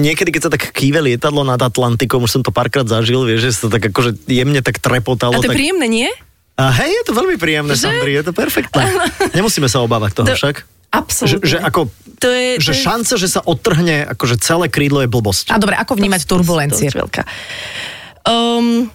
niekedy, keď sa tak kýve lietadlo nad Atlantikom, už som to párkrát zažil, vieš, že sa to tak akože jemne tak trepotalo. A to je tak... príjemné, nie? A hej, je to veľmi príjemné, Že? Sandri, je to [laughs] perfektné. Nemusíme sa obávať toho To- však. Že, Absolútne. že, ako, To je- že to je- šance, že sa odtrhne akože celé krídlo je blbosť. A dobre, ako vnímať turbulencie? Dosť veľká. Um,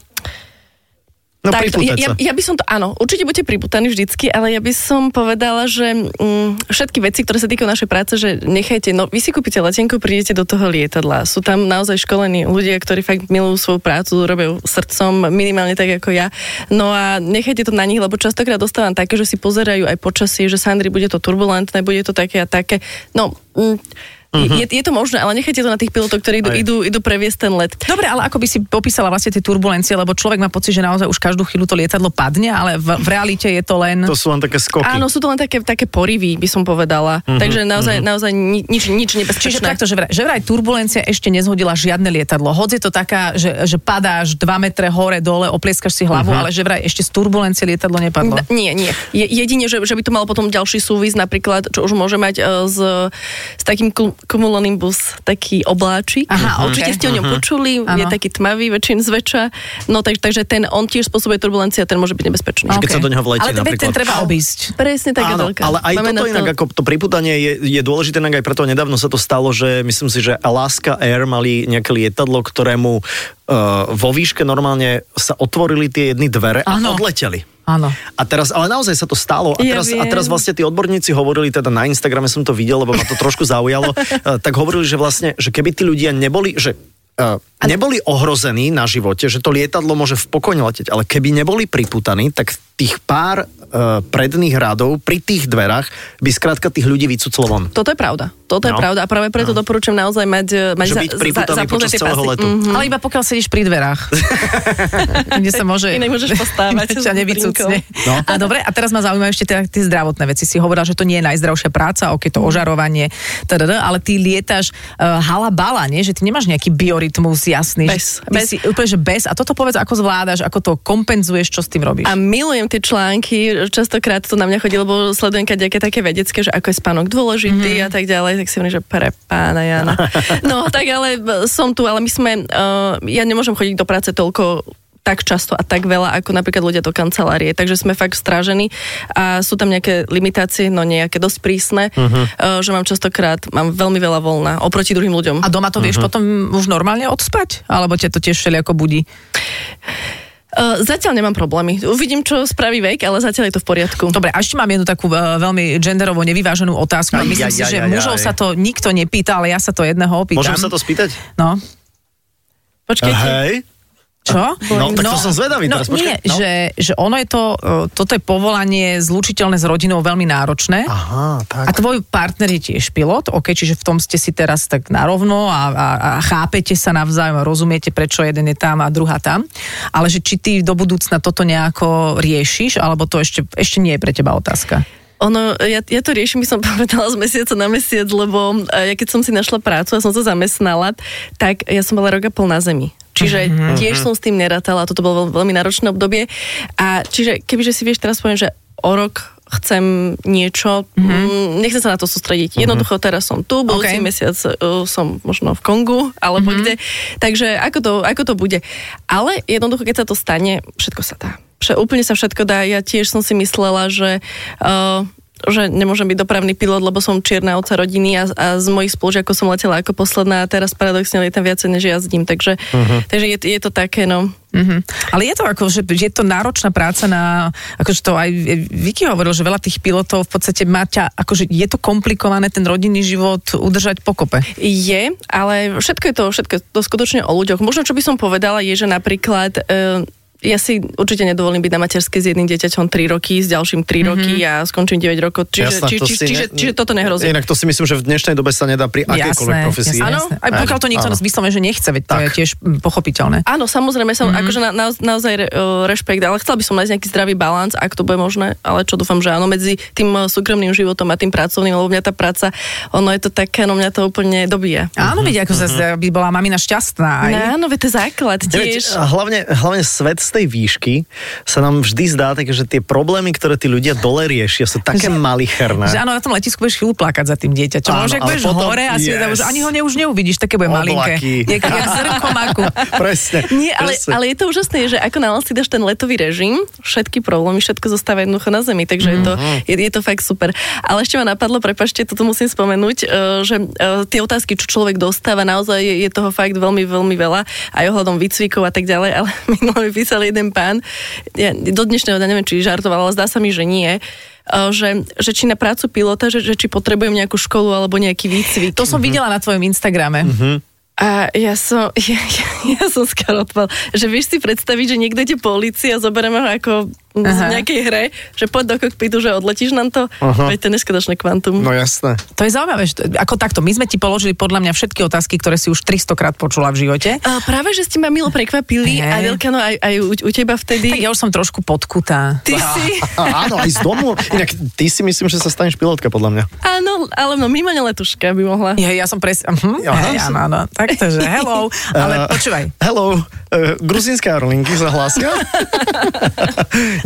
No tak, pripútať ja, sa. ja by som to, áno, určite budete priputaní vždycky, ale ja by som povedala, že mm, všetky veci, ktoré sa týkajú našej práce, že nechajte, no vy si kúpite letenku, prídete do toho lietadla. Sú tam naozaj školení ľudia, ktorí fakt milujú svoju prácu, robia ju srdcom, minimálne tak ako ja. No a nechajte to na nich, lebo častokrát dostávam také, že si pozerajú aj počasie, že Sandri, bude to turbulentné, bude to také a také. No, mm, Mhm. je, je to možné, ale nechajte to na tých pilotov, ktorí idú, Aj. idú, idú previesť ten let. Dobre, ale ako by si popísala vlastne tie turbulencie, lebo človek má pocit, že naozaj už každú chvíľu to lietadlo padne, ale v, v realite je to len... To sú len také skoky. Áno, sú to len také, také porivy, by som Mhm, povedala. Mm-hmm, Takže naozaj, mm-hmm. naozaj ni- nič, nič Čiže nebezpečné. takto, že vraj, že vraj turbulencia ešte nezhodila žiadne lietadlo. Hoď je to taká, že, že padáš 2 metre hore, dole, oplieskaš si hlavu, ale že vraj ešte z turbulencie lietadlo nepadlo. N- Nie, nie. Je, jedine, že, že by to malo potom ďalší súvis, napríklad, čo už môže mať e, s, s takým kum- cumulonimbus, taký obláčik. Mhm. Aha, Určite ok. ste o ňom počuli, Áno. je taký tmavý, väčšin zväčša. No tak, takže ten, on tiež spôsobuje turbulencia, ten môže byť nebezpečný. keď sa do neho vletí Ale veď napríklad. ten treba obísť. Presne tak, Áno, Adelka. ale aj Máme toto na inak, ako to priputanie je, je dôležité, inak aj preto nedávno sa to stalo, že myslím si, že Alaska Air mali nejaké lietadlo, ktorému uh, vo výške normálne sa otvorili tie jedny dvere a Áno. odleteli. Áno. A teraz, ale naozaj sa to stalo. A Ja teraz, a viem. teraz vlastne tí odborníci hovorili, teda na Instagrame som to videl, lebo ma to trošku zaujalo, [laughs] eh, tak hovorili, že vlastne, že keby tí ľudia neboli, že eh, neboli ohrození na živote, že to lietadlo môže v pokojne letieť, ale keby neboli priputaní, tak tých pár uh, predných radov pri tých dverách by skrátka tých ľudí vycuclo von. Toto je pravda. No. Toto je pravda a práve preto No. doporučujem naozaj mať, e, mať Že byť priputaný počas zapnuté tie celého pasy. letu. Mhm. Ale iba pokiaľ sedíš pri [laughs] dverách. Kde sa môže... Inak môžeš postávať [laughs] Ťa s nevycucne. No. No. A dobre, a teraz ma zaujímajú ešte teda tie zdravotné veci. Si hovorila, že to nie je najzdravšia práca, ok, to ožarovanie, tadada, ale ty lietaš uh, halabala, nie? Že ty nemáš nejaký biorytmus jasný. Bez. že ty Bez. Si, úplne, že bez. A toto povedz, ako zvládaš, ako to kompenzuješ, čo s tým robíš. A milujem tie články, častokrát to na mňa chodí, lebo sledujem nejaké také vedecké, že ako je spánok Mhm. dôležitý a tak ďalej, tak si hovorím, že pre pána [laughs] Jana. No tak ale e, som tu, ale my sme, uh, ja nemôžem chodiť do práce toľko tak často a tak veľa, ako napríklad ľudia do kancelárie. Takže sme fakt strážení a sú tam nejaké limitácie, no nejaké dosť prísne, Mhm. uh-huh. že mám častokrát, mám veľmi veľa voľna oproti druhým ľuďom. A doma to Mhm. vieš potom už normálne odspať? Alebo ťa to tiež všelijako budí? Uh, zatiaľ nemám problémy. Uvidím, čo spraví vek, ale zatiaľ je to v poriadku. Dobre, a ešte mám jednu takú e, veľmi genderovo nevyváženú otázku. Aj, Aj, aj, Myslím si, aj, že aj, mužov aj. sa to nikto nepýta, ale ja sa to jedného opýtam. Môžem sa to spýtať? No. Počkajte. Hej. Čo? No, tak to som zvedavý no, teraz, počkaj, nie, no. Že, že ono je to, e, toto je povolanie zlučiteľné s rodinou veľmi náročné. Aha, A tak. tvoj partner je tiež pilot, ok, čiže v tom ste si teraz tak narovno a, a, a chápete sa navzájom a rozumiete, prečo jeden je tam a druhá tam. Ale že či ty do budúcna toto nejako riešiš, alebo to ešte, ešte nie je pre teba otázka. Ono, ja, ja to riešim, by som [laughs] povedala, z mesiaca na mesiac, lebo e, ja keď som si našla prácu a som sa zamestnala, tak ja som bola roka pol na zemi. Čiže tiež som s tým nerátala, toto bolo veľ- veľmi náročné obdobie. A čiže kebyže si vieš teraz poviem, že o rok chcem niečo, mm-hmm. nechcem sa na to sústrediť. Jednoducho teraz som tu, budúci Ok. mesiac uh, som možno v Kongu alebo mm-hmm. kde. Takže ako to, ako to bude. Ale jednoducho, keď sa to stane, všetko sa dá. Vše, úplne sa všetko dá. Ja tiež som si myslela, že... Uh, že nemôžem byť dopravný pilot, lebo som čierna oca rodiny a, a z mojich spolužiakov som letela ako posledná a teraz paradoxne lietam viacej než jazdím, takže, uh-huh. takže je, je to také, no. Mhm. Ale je to ako, že je to náročná práca na, akože to aj Vicky hovoril, že veľa tých pilotov v podstate má ťa, akože je to komplikované ten rodinný život udržať pokope. Je, ale všetko je to, všetko je to skutočne o ľuďoch. Možno, čo by som povedala, je, že napríklad... E, ja si určite nedovolím byť na materskej s jedným dieťaťom 3 roky, s ďalším 3 mm-hmm. roky a skončím 9 rokov. Čiže, Mhm. Jasné, či, to či, si čiže, ne- čiže toto nehrozí. Inak to si myslím, že v dnešnej dobe sa nedá pri akejkoľvek profesii. Áno. Aj pokiaľ to niekto Áno. vyslovene, že nechce, veď to Tak. je tiež mm, pochopiteľné. Áno, samozrejme, som, Mhm. mm-hmm. akože na, na, naozaj re, uh, rešpekt, ale chcela by som nájsť nejaký zdravý balans, ak to bude možné, ale čo dúfam, že áno, medzi tým uh, súkromným životom a tým pracovným, lebo mňa tá práca, ono je to také, no mňa to úplne dobíja. Áno, veď ako Mhm. zase by bola mamina šťastná. Aj. No, áno, veď to je základ Veď, tiež. a hlavne, hlavne svet z tej výšky sa nám vždy zdá také, že tie problémy, ktoré tí ľudia dole riešia, sú také malicherné. Že áno, na tom letisku budeš chvíľu plakať za tým dieťaťom. Áno, Áno, že ak ale budeš potom- hore a si yes. yes. ani ho ne, už neuvidíš, také bude Oblaky. malinké. Jak, jak zrnko [laughs] maku. Presne. Nie, ale, presne. ale je to úžasné, že ako náhle si dáš ten letový režim, všetky problémy, všetko zostáva jednoducho na zemi, takže mm-hmm. Mhm. je, to, je, je to fakt super. Ale ešte ma napadlo, prepašte, toto musím spomenúť, eh, že eh, tie otázky, čo človek dostáva, naozaj je, je toho fakt veľmi, veľmi veľa, aj ohľadom výcvikov a tak ďalej, ale [laughs] minulý mi písal jeden pán, ja do dnešného dňa neviem, či žartoval, ale zdá sa mi, že nie, eh, že, že či na prácu pilota, že, že či potrebujem nejakú školu alebo nejaký výcvik. To Mhm. som videla na tvojom Instagrame. A ja som, [laughs] ja, ja, ja som skoro odpal, že vieš si predstaviť, že niekto ide po ulici a zoberieme ho ako z Aha. nejakej hre, že poď do kokpitu, že odletíš nám to, Aha. veď to je neskutočné kvantum. No jasné. To je zaujímavé, že, to- ako takto. My sme ti položili podľa mňa všetky otázky, ktoré si už 300 krát počula v živote. A práve, že ste ma milo prekvapili Hej. a Delkano aj, aj u, u teba Tak vtedy. ja už som trošku podkutá. Ty si, Áno, aj z domu. Inak ty si myslím, že sa staneš pilotka, podľa mňa. áno, ale no minimálne letuška by mohla. E, Ja, ja som pres... Uh-huh. Aha. Hej, áno, áno. Takto, že hello. Eh, Ale počúvaj. Hello, uh, gruzínske aerolinky sa hlásia.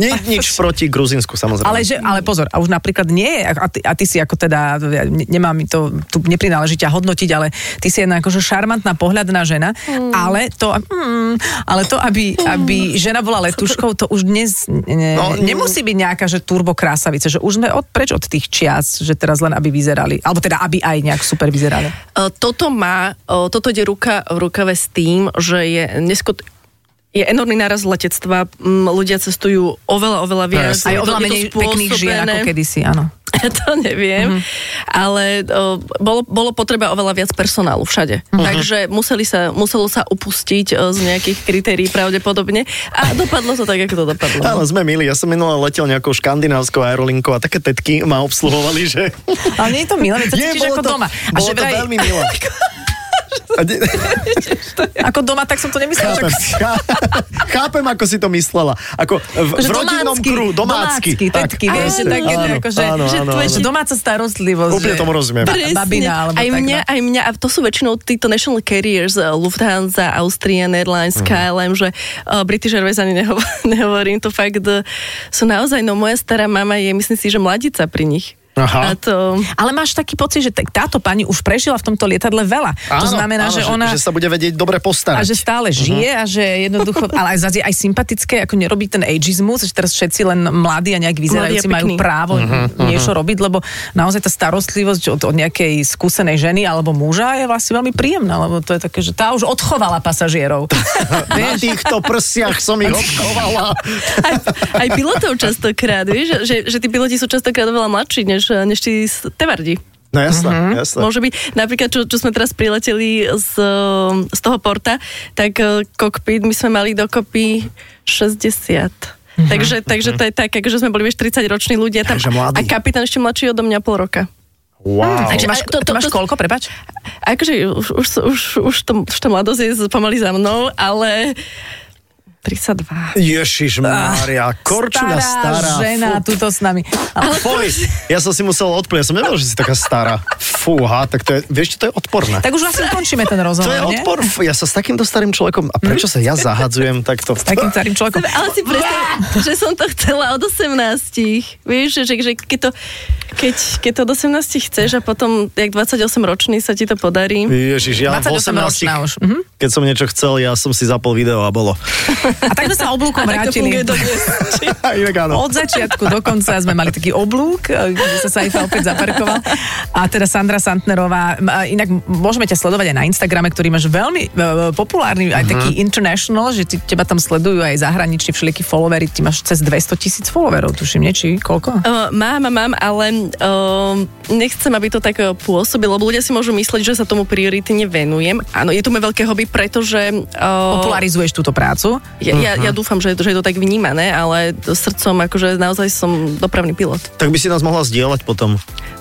Nie, nič proti Gruzínsku, samozrejme. Ale, že, ale pozor, a už napríklad nie je, a ty, a ty si ako teda, ja ne- nemám mi to, tu neprináleží ťa hodnotiť, ale ty si jedna akože šarmantná, pohľadná žena, ale to, mm, ale to aby, aby žena bola letuškou, to už dnes Mm. ne, No, no, nemusí byť nejaká, že turbo krásavice, že už sme od, preč od tých čias, že teraz len aby vyzerali, alebo teda aby aj nejak super vyzerali. E, toto má, e, toto ide ruka v rukave s tým, že je neskut... je enormný náraz letectva, m, ľudia cestujú oveľa, oveľa viac. Presne. Aj Je to- oveľa je to menej pekných žien spôsobené- ako kedysi, áno. [laughs] to Mhm. neviem, ale o, bolo, bolo potreba oveľa viac personálu všade. Mhm. Takže museli sa, muselo sa upustiť o, z nejakých kritérií pravdepodobne a dopadlo to tak, ako to dopadlo. Áno, sme milí. Ja som minule letel nejakou škandinávskou aerolinkou a také tetky ma obsluhovali, že... Ale nie je [laughs] to milé, veď sa cítiš ako doma. A bolo že to vraj, veľmi [laughs] milé. A de- [laughs] ako doma, tak som to nemyslela. chápem, Tak, chá- chápem, ako si to myslela. Ako v, v že rodinnom domácky, kru, domácky. domácky tetky, Áno, vieš, že také, áno, ako, že, áno, že áno, tvoje áno. že domáca starostlivosť. Úplne že- tomu rozumiem. Ba- Babina, alebo aj tak, mňa, no. aj mňa, a to sú väčšinou títo national carriers, eh, Lufthansa, Austrian Airlines, Mhm. KLM, že uh, British Airways ani neho, [laughs] nehovorím, to fakt eh, sú naozaj, no moja stará mama je, myslím si, že mladica pri nich. Aha. A to... Ale máš taký pocit, že t- táto pani už prežila v tomto lietadle veľa. to znamená, áno, že Že, ona... Mhm. že sa bude vedieť dobre a postarať. že stále žije a že jednoducho, [laughs] ale aj, zase je aj sympatické, ako nerobí ten ageizmus, že teraz všetci len mladí a nejak vyzerajúci Mladí a majú pekní. právo Mhm, niečo robiť, lebo naozaj tá starostlivosť od, od nejakej skúsenej ženy alebo muža je vlastne veľmi príjemná, lebo to je také, že tá už [laughs] odchovala pasažierov. Na týchto prsiach som [laughs] ich obchovala. aj, aj pilotov častokrát, vieš, že, že tí piloti sú častokrát oveľa mladší, než, než tí s- tevardi. No jasné, Mhm. jasné. Môže byť, napríklad, čo, čo sme teraz prileteli z, ehm, z toho porta, tak eh, kokpit, my sme mali dokopy 60. Takže, takže to je tak, že sme boli vieš 30 roční ľudia tam Takže mladí. a kapitán ešte mladší odo mňa pol roka. Hmm, Wow. Ty Takže- máš, to, to- to, to- máš to- koľko, prepač? Akože už, už, už, už, to, už tá mladosť je z- pomaly za mnou, ale 32. Ježiš Mária, korčuľa stará. žena, fú. tuto s nami. Ale, Fuj, ja som si musel odplniť, ja som nevedel, že si taká stará. Fúha, tak to je, vieš, čo, to je odporné. tak už vlastne ukončíme ten rozhovor, to je nie? odpor, fú, ja sa s takýmto starým človekom, a prečo sa ja zahadzujem takto? Takým starým [laughs] človekom. Ale si predstav, že som to chcela od 18. Vieš, že, že, že keď, to, keď, keď to od 18 chceš a potom, jak 28 ročný sa ti to podarí. Ježiš, ja v 28 ročná 18 už. Mhm. keď som niečo chcel, ja som si zapol video a [laughs] bolo. A tak sme sa [laughs] oblúkom tak to vrátili. funguje do dnes. Inak áno. Od začiatku do konca sme mali taký oblúk, e, kde sa Saifa opäť zaparkoval. A teda Sandra Santnerová, m, a inak môžeme ťa sledovať aj na Instagrame, ktorý máš veľmi e, populárny, Mhm. aj taký international, že ti, teba tam sledujú aj zahraniční všelijakí followery, ty máš cez 200 tisíc followerov, tuším, nie? Či koľko? Uh, mám, mám, ale uh, nechcem, aby to tak uh, pôsobilo, lebo ľudia si môžu myslieť, že sa tomu prioritne venujem. Áno, je to moje veľké hobby, pretože... Uh, Popularizuješ túto prácu. ja, ja, Mhm. ja dúfam, že, že je to tak vnímané, ale srdcom akože naozaj som dopravný pilot. Tak by si nás mohla zdieľať potom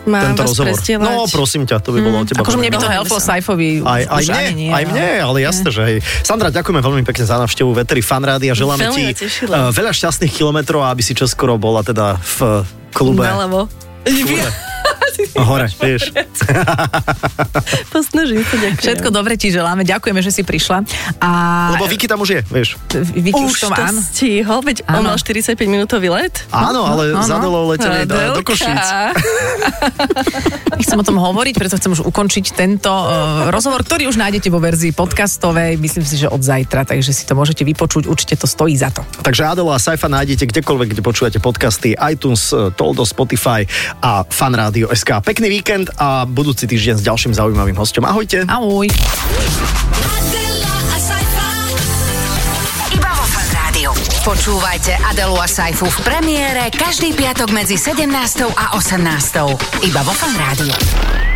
Mám tento vás rozhovor. prestieľať? No, prosím ťa, to by bolo od teba. Akože veľmi mne by to Dohodli helplo sa. Saifovi. Aj, aj už mne, ani nie, aj no. mne, ale jasné, že hej. Sandra, ďakujeme veľmi pekne za návštevu Vetery Fanrády a želáme Veľmi ma ti tešila. eh, veľa šťastných kilometrov a aby si čoskoro bola teda v eh, klube. Naľavo. Hore, vieš. Posnažím sa, ďakujem. Všetko dobre ti želáme, ďakujeme, že si prišla. A Lebo Viki tam už je, vieš. Vicky už, to má, áno. stihol, veď on Áno. mal 45 minútový let. Áno, ale áno. za Nelou letené do, do Košíc. Nechcem o tom hovoriť, preto chcem už ukončiť tento uh, rozhovor, ktorý už nájdete vo verzii podcastovej, myslím si, že od zajtra, takže si to môžete vypočuť, určite to stojí za to. Takže Adela a Saifa nájdete kdekoľvek, kde počúvate podcasty, iTunes, eh, Toldo, Spotify a Fanrádio SK. Pekný víkend a budúci týždeň s ďalším zaujímavým hostom. Ahojte. Ahoj. Adela, a Iba vo Fan Rádiu. Počúvajte Adelu a Saifu v premiére každý piatok medzi 17. a 18. Iba vo Fan Rádiu.